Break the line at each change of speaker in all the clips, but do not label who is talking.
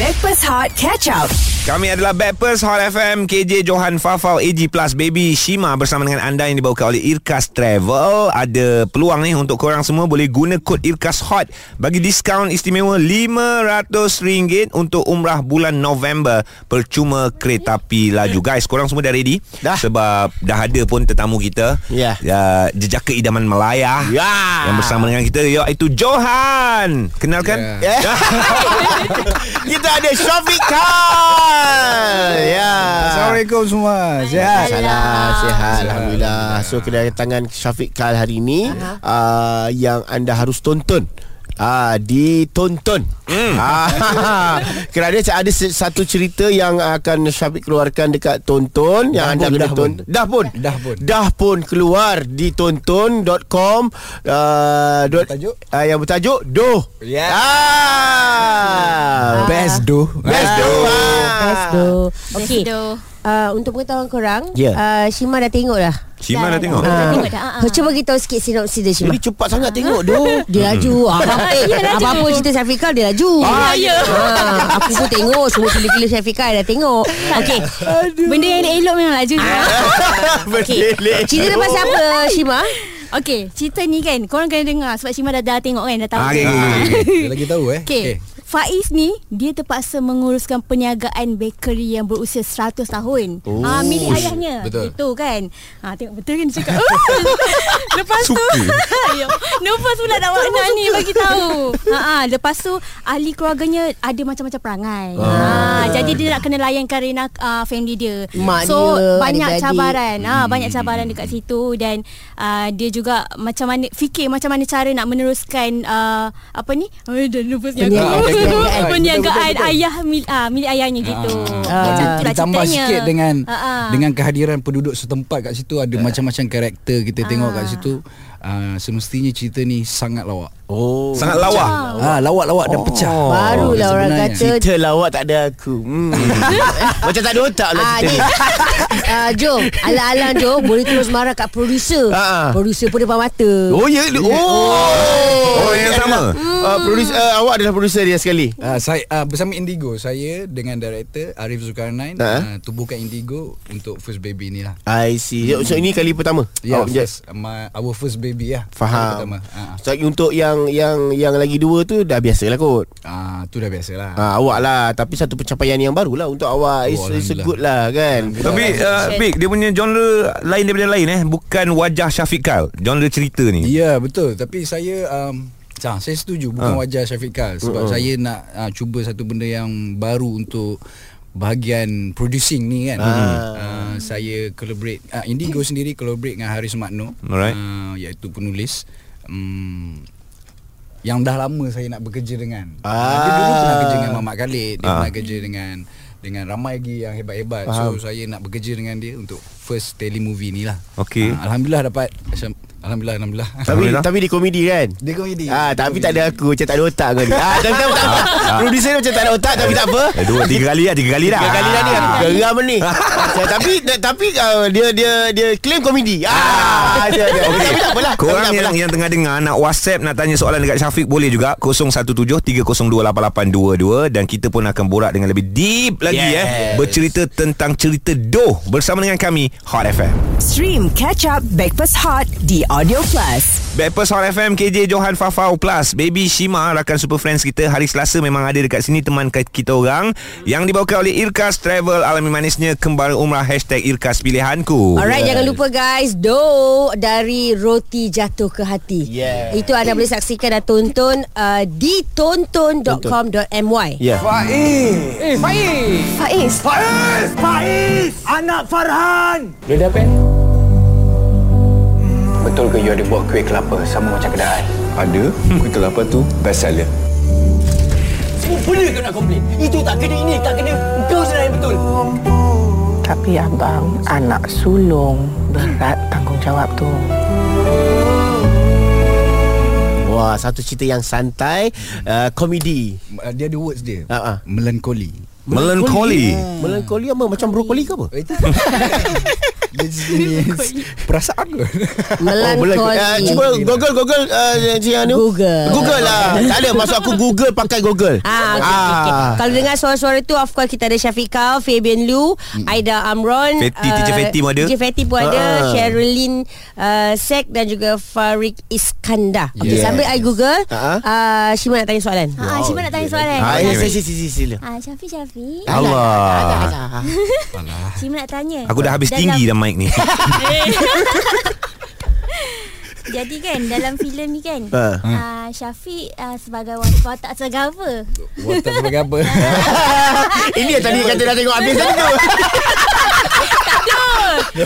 Backpass Hot Catch Up.
Kami adalah Backpers Hot FM KJ Johan Fafau AG Plus Baby Shima Bersama dengan anda yang dibawakan oleh Irkas Travel Ada peluang ni untuk korang semua Boleh guna kod Irkas Hot Bagi diskaun istimewa RM500 Untuk umrah bulan November Percuma kereta api laju Guys korang semua dah ready?
Dah.
Sebab dah ada pun tetamu kita
Ya.
uh, Jejaka Idaman Melaya
Ya.
Yang bersama dengan kita Iaitu Johan Kenalkan
Eh.
Ya.
Kita ada Syafiq Khan. Ya.
Assalamualaikum semua Sihat
Salam Sihat Alhamdulillah So kedatangan Syafiq Kal hari ini uh, Yang anda harus tonton Ah, ditonton
Hmm.
mm. ah, Kerana ada se- satu cerita Yang akan Syafiq keluarkan Dekat Tonton Yang
Dah
anda
pun,
kena
dah
ton-
pun.
Dah pun
Dah pun.
Dah pun keluar Di tonton.com uh, dot,
Bertajuk?
uh, Yang bertajuk Doh
Yeah.
ah.
Best do
Best Doh ah.
Best do Okay
Best do.
uh, Untuk pengetahuan korang
Ya.
uh, Shima dah tengok lah
Shima dah tengok
Dah
Ah,
tengok dah, ah, ah.
Cuba kita sikit sinopsis dia Shima
Jadi cepat sangat tengok Doh
Dia laju Apa- eh,
Ah, Dia laju.
Apa-apa cerita Syafiqah Dia laju
Ah,
ya.
Ah, Aku pun tengok Semua gila-gila Syafiqah Dah tengok Okay
Benda yang elok memang laju je.
Berdelik
Cerita dia pasal apa Shima
Okey, cerita ni kan korang kena dengar sebab Shima dah, dah tengok kan dah tahu.
Ah,
Okey.
okay, okay, okay.
Dia lagi tahu eh
Okay. Faiz ni dia terpaksa menguruskan perniagaan bakery yang berusia 100 tahun. Oh. Ah milik ayahnya.
Betul.
Itu kan. Ha tengok betul kan dia cakap. lepas tu Ya, Lepas pula dah warna ni bagi tahu. Ha ah lepas tu ahli keluarganya ada macam-macam perangai. Ha jadi dia nak kena layankan Rena uh, family dia.
Mak
so
dia,
banyak
adik-beradik.
cabaran. Ha banyak cabaran dekat situ dan uh, dia juga macam mana fikir macam mana cara nak meneruskan uh, apa ni? Oh, dah lupa siapa.
Perniagaan, perniagaan.
Perniagaan ayah mil, ah, milik ayahnya gitu. Macam tu lah
Ah. Ditambah
ceritanya.
sikit dengan
Ah, ah.
Dengan kehadiran penduduk setempat kat situ Ada macam-macam karakter Kita tengok kat situ Ah, Semestinya cerita ni sangat lawak
Oh
Sangat lawak
Ah, Lawak-lawak dan pecah
Barulah orang
Sebenarnya.
kata
Cerita lawak tak ada aku hmm. Macam tak ada otak lah
Ah, ni.
cerita ni
Ah, Jom Ala-ala Jom Boleh terus marah kat producer
Ah, ah.
Producer pun depan mata
Oh ya yeah. Oh
Oh, yang
Dia
sama?
adalah,
Hmm.
uh, producer, uh, Awak adalah producer dia sekali
Ah, saya ah, bersama Indigo saya dengan director Arif Zulkarnain
Ah.
uh, tubuhkan Indigo untuk first baby ni lah.
I see So ini kali pertama
Ya,
Awak menjadi-
first, my, our first baby lah. Kali
Oh, Faham
Pertama. Ah,
So untuk yang yang yang lagi dua tu Dah biasa lah kot
ah, tu dah biasa lah.
ha, Awak lah Tapi satu pencapaian yang baru lah Untuk awak
Oh,
It's, it's a
Alhamdulillah. eh,
good lah kan
Tapi uh, Big Dia punya genre Lain daripada lain eh Bukan wajah Syafiq Kyle Genre cerita ni
Ya betul Tapi saya um, sah, Saya setuju
Ah.
Bukan wajah Syafiq Kyle Sebab saya nak uh, Cuba satu benda yang Baru untuk Bahagian producing ni kan
Ah.
uh, Saya collaborate uh, Indigo sendiri collaborate dengan Haris Makno
Alright.
uh, Iaitu penulis um, yang dah lama saya nak bekerja dengan.
Ah.
Dia dulu pernah kerja dengan Mamat Khalid, dia
Ah.
pernah kerja dengan dengan ramai lagi yang hebat-hebat. So saya nak bekerja dengan dia untuk first telemovie ni lah.
Okey.
Ah, Alhamdulillah dapat macam Alhamdulillah Alhamdullah
Tapi
Alhamdulillah.
tapi di komedi kan
Dia komedi
Ah, tapi tak ada aku Macam tak ada otak kau ni ah, Tapi tak apa Producer dia macam tak ada otak Tapi tak apa
Eh, dua, tiga kali lah Tiga kali lah
Tiga kali dah ni aku geram ni. Saya- tapi tapi uh, dia dia dia claim komedi. Ah, dia, dia. Okay. Tapi tak apalah. Tapi
Korang
tak
yang,
apalah.
yang tengah dengar Nak whatsapp Nak tanya soalan dekat Syafiq Boleh juga 017-302-8822 Dan kita pun akan borak Dengan lebih deep lagi eh
Yes.
Bercerita tentang cerita Doh Bersama dengan kami Hot FM
Stream Catch Up Backpass Hot di Audio Plus.
Backpers Hot FM KJ Johan Fafau Plus Baby Shima Rakan Super Friends kita Hari Selasa memang ada dekat sini Teman ke- kita orang Yang dibawakan oleh Irkas Travel Alami manisnya Kembali Umrah Hashtag Irkas Pilihanku
Alright, jangan lupa guys Do dari Roti Jatuh ke Hati
Yeah.
Itu anda boleh saksikan dan tonton uh, Di tonton.com.my
Ya.
Faiz
Betul ke you ada buat kuih kelapa sama macam kedai? Ada.
Hmm.
Kuih kelapa tu best seller.
Tapi abang anak sulung berat tanggungjawab tu.
Wah, satu cerita yang santai, uh, komedi.
Ah, Dia ada words dia
Ah, ah.
Melankoli
Melankoli
Hmm.
Melankoli apa? Macam brokoli ke apa?
Eh, tak. Dia jenis perasaan ke?
Oh, Melankoli.
boleh. Uh, cuba Google Google uh, Cik Anu.
Google.
Google lah. tak ada maksud aku Google pakai Google.
Ah, okay, okay, okay. Kalau dengar suara-suara tu Of course kita ada Syafiq Kau Fabian Lu Aida Amron uh,
Fatty, Teacher Fatty pun ada.
Teacher Fatty pun ada
Ah.
Sherilyn uh, Sek Dan juga Farik Iskandar Okay
Yes.
sambil I Google
Ah.
uh, Shima nak tanya soalan
Ha, Syifa nak tanya soalan.
Ah, ya,
Okey,
sila sila sila, sila.
Ah, Syafi Syafi.
Allah.
Syifa nak tanya.
Aku dah habis
Dalam-
tinggi dah mic ni.
Jadi kan dalam filem ni kan.
Ha.
Ah, Syafiq ah, sebagai wat- watak sebagai apa?
Watak sebagai apa?
Ini yang tadi kata dah tengok habis tadi tu.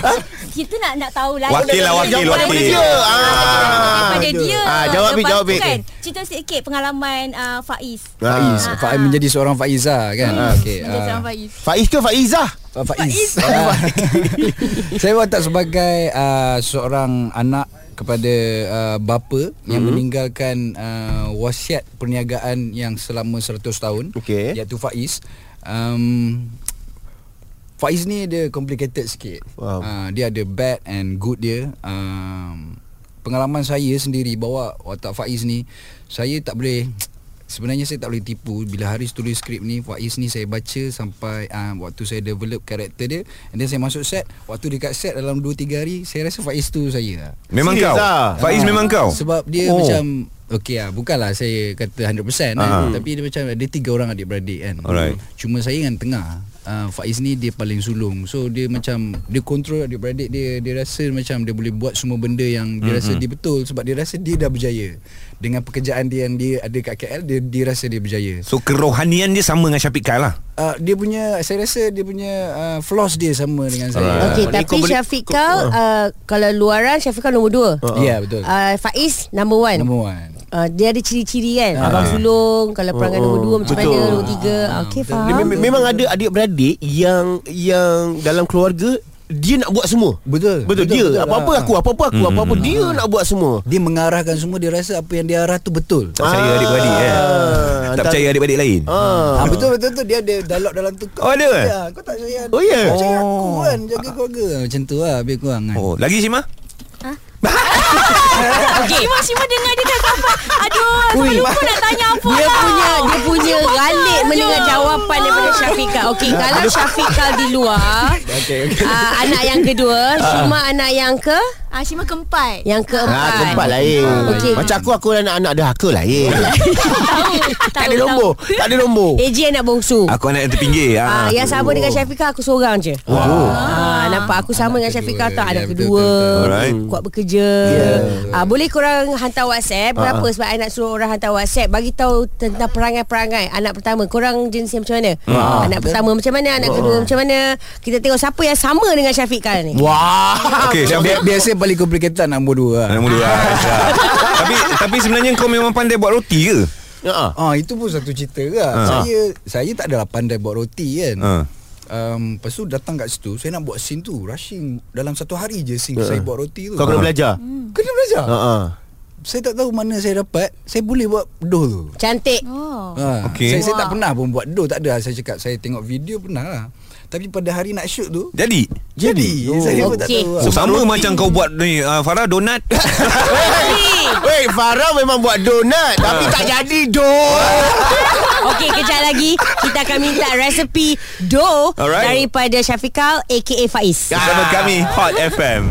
Kita nak nak tahu lah.
Wakil lah, wakil,
Jawapan
wakil.
dia. Ah.
Daripada dia.
Ah, jawab, Bik,
Lepas
jawab,
tu
Bik.
kan, cerita sikit pengalaman ah, Faiz. Ah.
Faiz Faiz menjadi seorang Faiz lah kan okay,
Menjadi
ah.
seorang Faiz.
Faiz ke Faizah?
Fa- Faiz. Ah. Saya watak sebagai uh, seorang anak kepada uh, bapa mm-hmm.
Mhm.
yang meninggalkan uh, wasiat perniagaan yang selama 100 tahun
Okey.
iaitu Faiz. Um, Faiz ni dia complicated sikit.
Faham.
Uh, dia ada bad and good dia. Um, pengalaman saya sendiri bawa watak Faiz ni, saya tak boleh sebenarnya saya tak boleh tipu bila Haris tulis skrip ni Faiz ni saya baca sampai uh, waktu saya develop karakter dia and then saya masuk set waktu dekat set dalam 2 3 hari saya rasa Faiz tu saya lah.
Memang
Serius
kau.
ah?
Faiz
Ah,
memang kau.
Sebab dia
Oh.
oh. macam Okey lah Bukanlah saya kata 100%
Ah.
kan, Tapi dia macam Ada tiga orang adik-beradik kan
Alright.
Cuma saya yang tengah uh, Faiz ni dia paling sulung So dia macam Dia control adik-beradik dia Dia rasa macam Dia boleh buat semua benda yang Dia rasa dia betul Sebab dia rasa dia dah berjaya Dengan pekerjaan dia yang dia ada kat KL Dia, dia rasa dia berjaya
So kerohanian dia sama dengan Syafiq Kyle lah.
uh, Dia punya Saya rasa dia punya uh, Flaws dia sama dengan saya Ah.
Okay
Boleh,
tapi
kau Ah. boleh-
Syafiq Kau uh, Kalau luaran Syafiq Kau nombor dua
Ya yeah, betul uh,
uh, Faiz number one
Number one
Uh, dia ada ciri-ciri kan Abang sulung Kalau perangai nombor dua Macam
Betul.
mana Nombor tiga ah, Okay
betul.
Dia
faham
mem- memang ada adik-beradik yang yang dalam keluarga dia nak buat semua. Betul,
Betul.
Hmm.
Betul,
dia
betul
apa-apa
lah.
aku, apa-apa aku, apa-apa dia nak buat semua.
Dia mengarahkan semua Dia rasa apa yang dia arah tu betul
Tak percaya
Ah.
adik-beradik eh. Tak
Antara-
percaya adik-beradik lain.
Ah, betul betul betul dia ada dialog dalam tu.
Oh, ada?
Ya, kau tak percaya.
Ah. Oh, ya?
Kau percaya aku kan jaga keluarga macam tu lah lebih kurang kan.
Oh, lagi Shima?
Okay. Syifa, Syifa dengar dia cakap apa? Aduh, aku lupa nak tanya apa.
Dia punya Dia punya Galik
je.
mendengar jawapan Daripada Syafiqah Okay kalau Syafiqah di luar
Okey okey.
uh, Anak yang kedua Syuma anak yang ke
Ah, Syifa keempat.
Yang keempat
Ha, tempat lain.
Okey.
Macam aku aku anak-anak dahaka lain. tak ada
Tahu, Eh.
nombor, tak ada nombor.
AJ anak bongsu
Aku anak yang terpinggir.
Ah,
Oh. Ah,
yang sama dengan Syafiqah aku seorang je. Wow. Ah, nampak aku sama dengan Syafiqah
kedua.
tak ada
Ya, betul,
kedua.
betul, betul.
Alright.
Kuat bekerja. Yeah. Ah, boleh korang hantar WhatsApp. Kenapa? Sebab I nak suruh orang hantar WhatsApp bagi tahu tentang perangai-perangai anak pertama. Korang jenis yang macam mana? Ah, Anak pertama macam mana? Anak kedua macam mana? Kita tengok siapa yang sama dengan Syafiqah ni.
Wah.
Okey,
Yang
Syafiq.
bi- biasa paling complicated nombor dua lah.
Anak muda lah, Aisyah. Tapi tapi sebenarnya kau memang pandai buat roti ke?
Ha.
Ah itu pun satu cerita lah.
Ah.
Saya saya tak adalah pandai buat roti kan.
Ah.
Um, lepas tu datang kat situ Saya nak buat scene tu Rushing Dalam satu hari je scene Saya buat roti tu
Kau kena
Ah.
belajar.
Kena belajar
Ha ah.
Saya tak tahu mana saya dapat Saya boleh buat doh tu
Cantik.
Oh.
Ah.
Ha.
Okey.
Okay. Saya, saya tak
Wah.
pernah pun buat doh tak ada. Saya cakap saya tengok video pernah lah. Tapi pada hari nak shoot tu
Jadi
jadi,
Oh.
saya pun tak
Okey.
Oh,
tahu. Lah.
sama macam kau buat ni uh, Farah donat.
Wei, Farah memang buat donat tapi tak jadi doh.
Okey, kejap lagi kita akan minta resepi dough
Alright.
daripada Syafiqah aka Faiz.
Bersama kami Hot FM.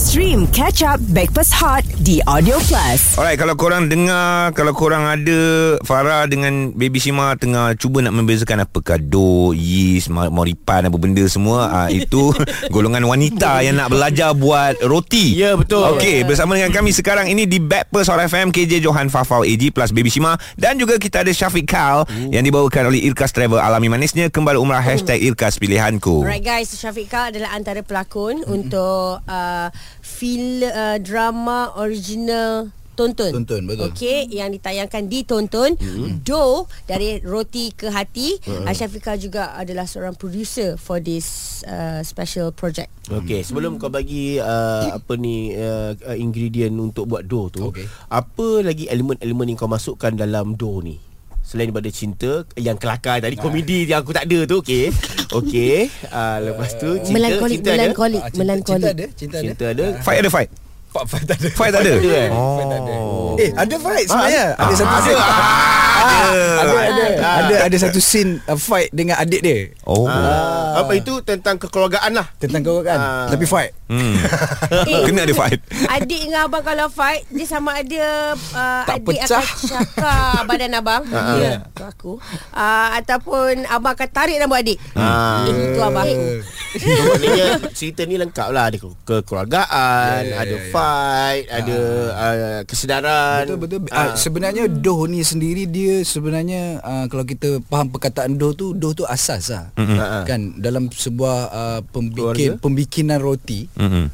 Stream Catch Up Backpass Hot di Audio Plus.
Alright, kalau korang dengar, kalau korang ada Farah dengan Baby Shima tengah cuba nak membezakan apakah do, yeast, ma- moripan, apa benda semua, ah, itu golongan wanita yang nak belajar buat roti.
Ya, betul.
Okey, bersama dengan kami sekarang ini di Backpers Hot FM, KJ Johan Fafau AG plus Baby Shima dan juga kita ada Syafiq Kal yang dibawakan oleh Irkas Travel Alami Manisnya Kembali
Oh.
Umrah hashtag Irkas Pilihanku.
Alright guys, Syafiqah adalah antara pelakon mm-hmm. untuk uh, fil uh, drama original Tonton.
Tonton, betul.
Okey, yang ditayangkan di Tonton. Mm-hmm. Do dari roti ke hati.
Uh-huh.
Mm-hmm. Syafiqah juga adalah seorang producer for this uh, special project.
Hmm.
Okey, sebelum kau bagi uh, apa ni uh, uh, ingredient untuk buat dough tu,
Okey.
apa lagi elemen-elemen yang kau masukkan dalam dough ni? Selain daripada cinta Yang kelakar tadi Komedi yang aku tak ada tu Okay Okay uh, Lepas tu cinta
Melankolik
cinta ada
Melankolik
Ah, cinta, cinta
Melankolik
ada Cinta ada
Cinta ada
Fight ada fight
Pak Fai tak ada
Fight tak ada Oh. Ah,
Ada eh
Fai tak ada Eh ada fight sebenarnya Ada satu
Ada
scene
Ah. Ada Ada
Ah.
Ada ada satu scene uh, Fight dengan adik dia
Oh
Ah, Apa itu tentang kekeluargaan lah
Tentang kau
Ah.
kan Tapi fight
hmm.
Eh.
Kena ada fight
Adik dengan abang kalau fight Dia sama ada uh,
Tak
Adik
pecah. Ah,
akan cakar badan abang Ya Itu aku uh, Ataupun Abang akan tarik rambut adik
Hmm.
Ah.
Eh itu abang aku
So, Maknanya cerita ni lengkap lah Ada ke- kekeluargaan
Ya, ya,
Ada
ya, ya.
fight Ada uh, kesedaran Ah.
Betul betul. Uh, sebenarnya doh ni sendiri dia sebenarnya uh, kalau kita faham perkataan doh tu doh tu asas lah.
Ah,
Mm-mm.
Kan dalam sebuah uh, pembikin
Keluarga.
pembikinan roti
Mm-mm.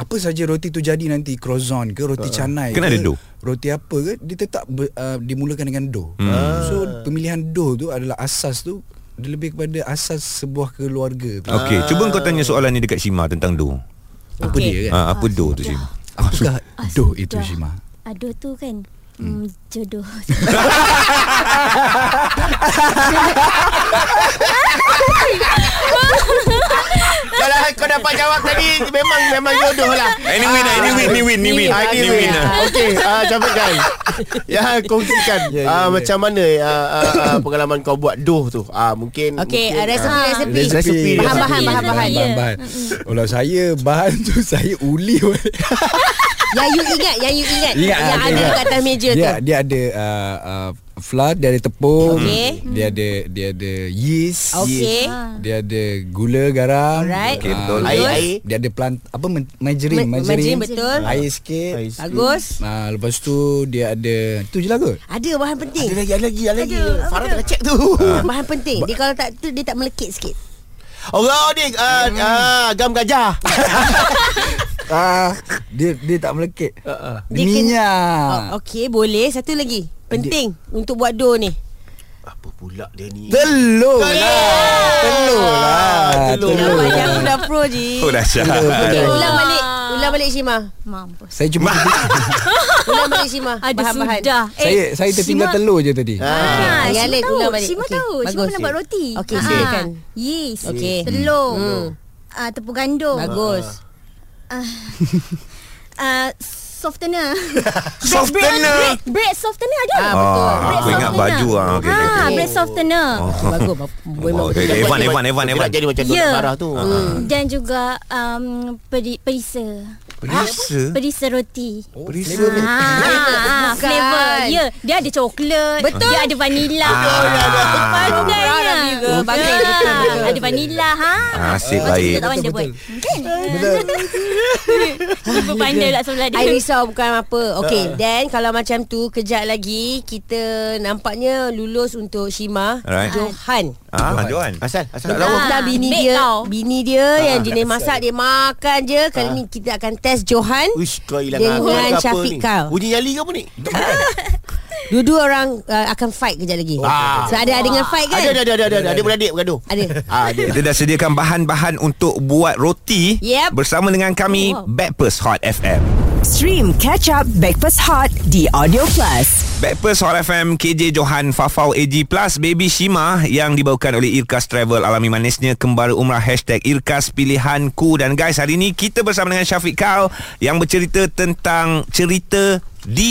apa saja roti tu jadi nanti croissant ke roti canai
Kena
ke
ada dough.
roti apa ke dia tetap ber, uh, dimulakan dengan doh.
Hmm.
So pemilihan doh tu adalah asas tu dia lebih kepada asas sebuah keluarga tu.
Okay Cuba kau tanya soalan ni dekat Shima Tentang do
Apa
Okey.
dia
Ya.
kan?
ha, Apa do tu Shima
Apakah
Ah,
doh
sudah.
itu Shima?
Aduh tu kan hmm. Jodoh
Kalau kau dapat jawab tadi Memang memang jodoh lah
Anyway lah Anyway ni win Ni win
Ah,
Ni
Anyway
win lah
Okay uh, Sampaikan Ya kongsikan
Ya, ya,
Ah,
ya.
Macam mana ah, ah, ah, Pengalaman kau buat doh tu Ah Mungkin
Okay
mungkin,
uh, Resepi-resepi
Resepi.
Bahan-bahan
Resepi.
Bahan-bahan
Ya.
Bahan-bahan. Kalau saya bahan tu saya uli.
Ya,
Yang you ingat Yang you ingat
Ya,
Yang
okay,
ada
ingat.
kat atas meja
dia,
tu
Dia ada uh, uh, flour, dia ada tepung,
Okey.
dia ada dia ada yeast,
Okay
dia ada gula garam,
Alright. Okey,
Ah,
betul.
Air, air.
dia ada plant apa men- margarine,
Ma- margarine, betul.
air sikit.
Air sikit.
Bagus
Ah, lepas tu dia ada Itu je lah kot
Ada bahan penting
Ada lagi ada lagi ada lagi.
Ada,
Farah
ada.
tengah check tu.
Bahan penting Dia kalau tak tu Dia tak melekit sikit
Allah ni ah,
Hmm.
ah, gam gajah.
ah, dia dia tak melekit uh, uh.
Uh-uh. Dia
Minyak
oh, Okay boleh Satu lagi Penting Untuk buat dough ni
Apa pula dia ni?
Telur lah Telur lah
Telur.
Nampak je aku dah pro je
Oh dahsyat
Okay, ulang balik Ulang balik Shima
Mampus
Saya cuma
Ulang balik Shima
Ada
Bahan-bahan
sudah
Saya saya tertinggal
Sima-
telur je tadi
Ah,
Ah,
yang
Shima
lain
tahu
ulang balik.
Shima
Okey,
tahu Shima
bagus.
pernah buat roti
Okey,
Ah,
silakan.
Yeast
Okey.
Telur
Hmm.
ah, Tepung gandum
Bagus
Ah, Softener
Softener
Bread, bread softener ada
Ah,
Ah,
betul.
Bread
Aku ingat
softener.
baju ah, okay,
ah,
okay, okay. Oh.
bread softener.
Bagus bap- Memang
Okay,
betul.
okay. Evan, Evan, Evan,
Bergerak
Evan. Ah,
Jadi macam
Ya.
yeah. Farah tu.
Dan juga um, peri, perisa.
Perisa
Perisa roti.
Perisa
Ah, ah,
Bukan.
flavor. Ya, dia ada coklat,
Betul.
dia ada vanila.
Ah.
Pandainya.
Orang Amira, bagus,
Ah,
betul, betul.
Ada vanila ha.
Nasib
Macam kita
Ah, baik
tak pandai buat. Kan? Kita pandai lah sebelah
I
dia.
risau bukan apa Okay Then kalau macam tu Kejap lagi Kita nampaknya Lulus untuk Shima
Alright.
Johan
Ah, Johan
Asal asal
Betul
tak tahu.
lah bini
bake
dia
tau.
Bini dia yang jenis masak Dia makan je Kali ni kita akan test Johan
Ah. Uish kau hilang
Dengan
akal ke apa
Syafiq
ni?
Kau.
Bunyi nyali ke apa ni?
Dua-dua orang uh, Akan fight kejap lagi
Ah.
So ada ada dengan fight kan
Ada ada ada ada ada ada beradik bergaduh.
Ada
Ah, ada.
Kita dah sediakan bahan-bahan untuk buat roti
Yep.
bersama dengan kami
Wow.
Backpast Hot FM.
Stream Catch Up Backpass Hot di Audio Plus.
Backpast Hot FM KJ Johan Fafau AG Plus Baby Shima yang dibawakan oleh Irkas Travel alami manisnya kembali umrah hashtag Irkas Pilihanku dan guys hari ini kita bersama dengan Syafiq Kal yang bercerita tentang cerita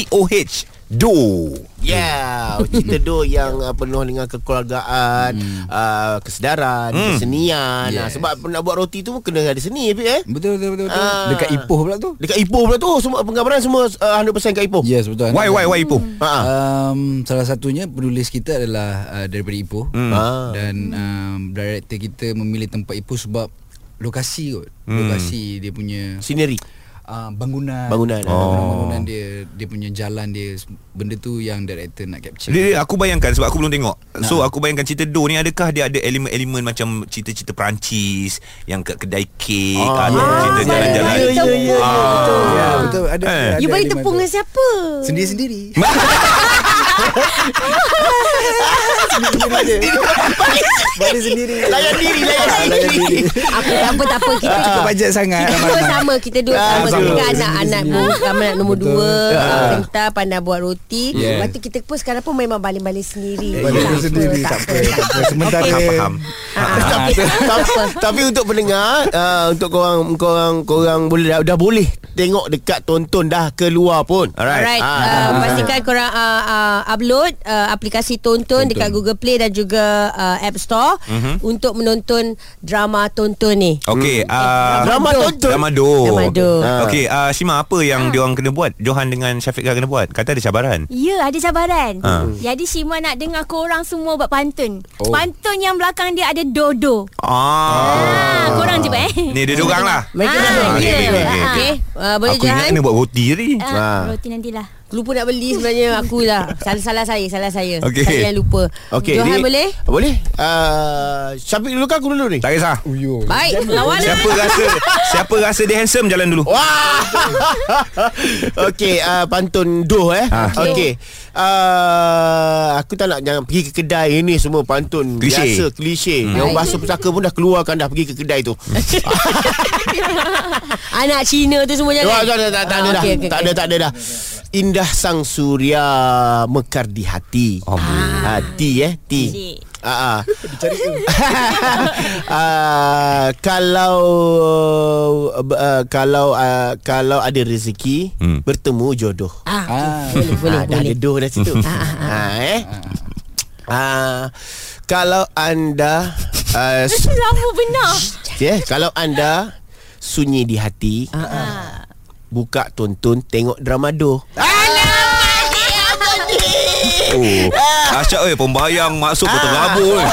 DOH Do.
Ya, yeah, cerita doh yang uh, penuh dengan kekeluargaan, uh, kesedaran, kesenian. Yes.
Yes.
sebab nak buat roti tu pun kena ada seni Apik, eh.
Betul betul betul, betul.
Ah.
Dekat Ipoh pula tu
Dekat Ipoh pula tu semua penggambaran semua uh, 100% kat Ipoh.
Yes betul
Why why why Ipoh?
Ha.
Um, salah satunya penulis kita adalah uh, daripada Ipoh
Hmm.
Ah.
dan um, director kita memilih tempat Ipoh sebab lokasi kot. Lokasi dia punya
Sineri.
uh, bangunan
Bangunan.
bangunan dia dia punya jalan dia benda tu yang director nak capture.
Dia, dia, aku bayangkan sebab aku belum tengok. So aku bayangkan cerita Do ni adakah dia ada elemen-elemen macam cerita-cerita Perancis yang kat kedai kek ah,
ya,
atau cerita
saya
jalan-jalan.
balik tepung.
Ah.
Ya, betul ada,
Eh.
ada
You balik
elemen
tepung
tu.
dengan siapa
sendiri-sendiri.
Balik sendiri
Layan diri Layan
Layan
diri
diri.
Apa tak apa tak apa kita
Cukup bajet sangat
Kita dua Ah. sama Kita dua sama
sama.
Kita anak-anak mu- Anak nombor
Betul.
dua ah, Kental pandai buat roti
Yeah.
Lepas tu kita pun sekarang pun Memang baling-baling
Eh,
sendiri
Bajet sendiri Tak apa tak apa. Sementara
Faham faham
tapi, tapi, Ah, tapi untuk pendengar uh, Untuk korang Korang korang boleh dah, dah boleh Tengok dekat tonton Dah keluar pun
Alright
Alright,
Ah,
uh, pastikan korang uh, uh, upload uh, aplikasi Tonton, dekat Google Play dan juga uh, App Store untuk menonton drama Tonton ni.
Okay uh,
Drama tonton.
Drama Do
Drama Do.
Ah. Okay uh, Shima apa yang diorang kena buat Johan dengan Syafiq Khan kena buat Kata ada cabaran
Ya, ada cabaran.
Ha.
Jadi Shima nak dengar korang semua buat pantun. Oh. Pantun yang belakang dia ada dodo.
Ah,
Ah, korang je buat eh.
Ni dia dorang lah
Mereka
Ah,
dah
ya.
okay, okay, okay. Uh, boleh
Aku ingat
Johan.
kena buat roti tadi
Ah.
Ah, roti nantilah.
Lupa nak beli sebenarnya aku lah. Salah salah saya, salah saya.
Okay.
Saya yang lupa.
Okay,
Johan
ni-
boleh?
Boleh uh, Syafiq dulu ke aku dulu ni
Tak kisah
Uyo
Baik, lah. lawanan.
Siapa rasa Siapa rasa dia handsome Jalan dulu
Wah. Okey, uh, pantun doh eh.
Ah.
Okey. Uh, aku tak nak jangan pergi ke kedai ini semua pantun
Klise.
biasa klise. Hmm. Yang
Ah,
bahasa pusaka pun dah keluarkan dah pergi ke kedai tu.
Hmm. Anak Cina tu semua
Wah, tak
jangan.
ada tak, tak ada
Ah,
dah.
okey, okey,
tak ada
okey.
tak ada dah. Indah sang surya mekar di hati. Oh, ah. Hati eh, ti. Ah. ah. Ah, kalau uh, kalau uh, kalau ada rezeki
Hmm.
bertemu jodoh.
Ah,
Ah.
okey. boleh boleh
ah, dah
boleh. ah,
ada doh dah situ. ha eh. Ah, kalau anda uh, su-
Lama benar.
yeah, eh? kalau anda sunyi di hati, Ah. buka tonton tengok drama doh.
Oh. Asyik eh Pembayang Maksud kau terabur eh.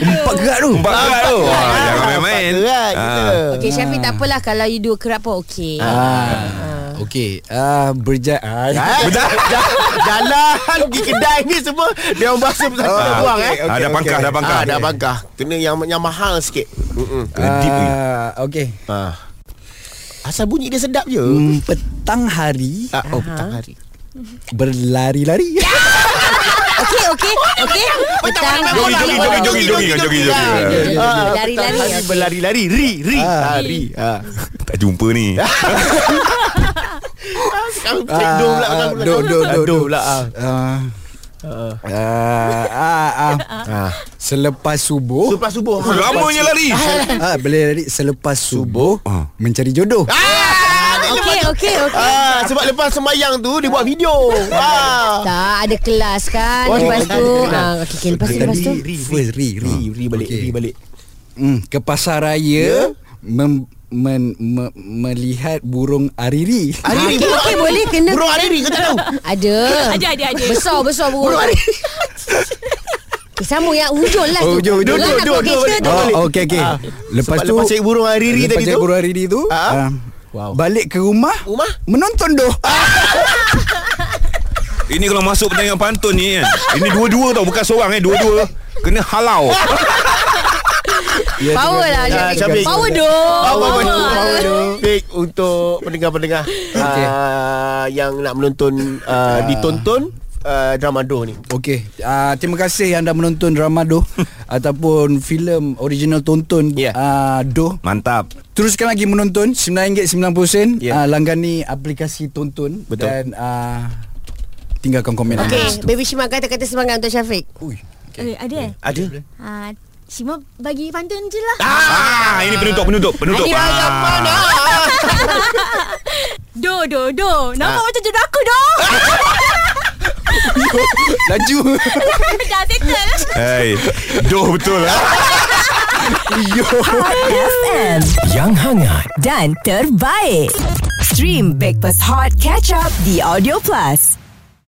Empat gerak tu Empat gerak tu Wah, kan? Ah,
kan?
Jangan main-main
Berat
Ah.
kita.
Okey, Syafiq tak apalah kalau you dua kerap pun okey.
Ah, Okey ah, Berjaya ah.
Eh, ja- Jalan di kedai ni semua Dia orang bahasa besar
Ah,
ah, buang
okey,
eh
okey, Ada pangkah,
okey.
ada pangkah.
ah, Dah bangkah Kena yang yang mahal sikit Mm-mm.
Deep ni.
Ah, Okey
ah. Asal bunyi dia sedap je
Mm.
Hmm, Petang hari
ah, Oh petang hari
Berlari-lari
Okey, okey, okey. Petang.
Jogi, jogi, jogi, jogi, jogi, jogi, jogi.
Ah,
Lari-lari,
petang hari
okey.
Berlari-lari Ri, ri ah, Ri ah.
Tak jumpa ni
Sekarang cek do pula
Ah,
sekarang pula.
do, do, do,
Ah,
do.
pula ah.
Ah. Ah, ah, ah.
Ah.
Selepas
Oh.
subuh
Selepas subuh
Lamanya lari
ah, Boleh lari Selepas subuh Mencari jodoh
Ah, Okey, okey, okey.
Ah, sebab lepas semayang tu dia buat video. Ah.
Tak, ada kelas kan.
Oh,
Lepas
ada
tu,
kelas.
ah, okey, okey, lepas tu, lepas tu. Ah,
Ri, first, ri, ri.
Ri, ri balik,
Okey.
ri balik.
Hmm, ke pasar
Ya.
raya mem, men, me, melihat burung ariri.
Hari ni
Okey, okey, boleh kena.
burung hari ni kau tak tahu.
Ada.
Ada, ada, ada.
Besar, besar burung. Okay, sama yang hujung lah
Oh,
tu.
hujung, hujung,
Lah
hujung,
nak
hujung,
buat kereta
hujung,
tu.
hujung.
Oh, okey okey.
Ah.
Lepas
Sebab
tu
lepas cari burung ariri
lepas
tadi
cari
tu.
burung ariri tu.
Ah.
Ah.
Wow. Ah.
Balik ke rumah.
Rumah?
Menonton doh.
Ini kalau masuk pertandingan pantun ni kan Ini dua-dua tau Bukan seorang eh Dua-dua Kena halau
Ya,
Power lah
Ah, Syafiq.
Syafiq. Power dong
Apa apa tu? Baik untuk pendengar-pendengar
Okey.
ah, yang nak menonton ah, ditonton ah, drama Do ni.
Okey, uh, terima kasih yang dah menonton drama Doh ataupun filem original tonton
Yeah.
uh, Doh.
Mantap
Teruskan lagi menonton RM9.90
Yeah.
yeah. uh, Langgani aplikasi Tonton
Betul.
Dan uh, tinggalkan komen anda
Okay
di situ.
Baby Shima kata-kata semangat untuk Syafiq
Ui.
Okay. Eh, ada eh?
Ada.
Ah, Shima bagi pantun je lah.
Ah, ini penutup penutup penutup. Ah.
Ini orang gampang
Do, do, do. Nampak macam jodoh aku doh.
Laju
Dah settle.
Hey, doh betul lah.
Hot FM
Yang hangat
dan terbaik. Stream Breakfast Hot Catch Up di Audio Plus.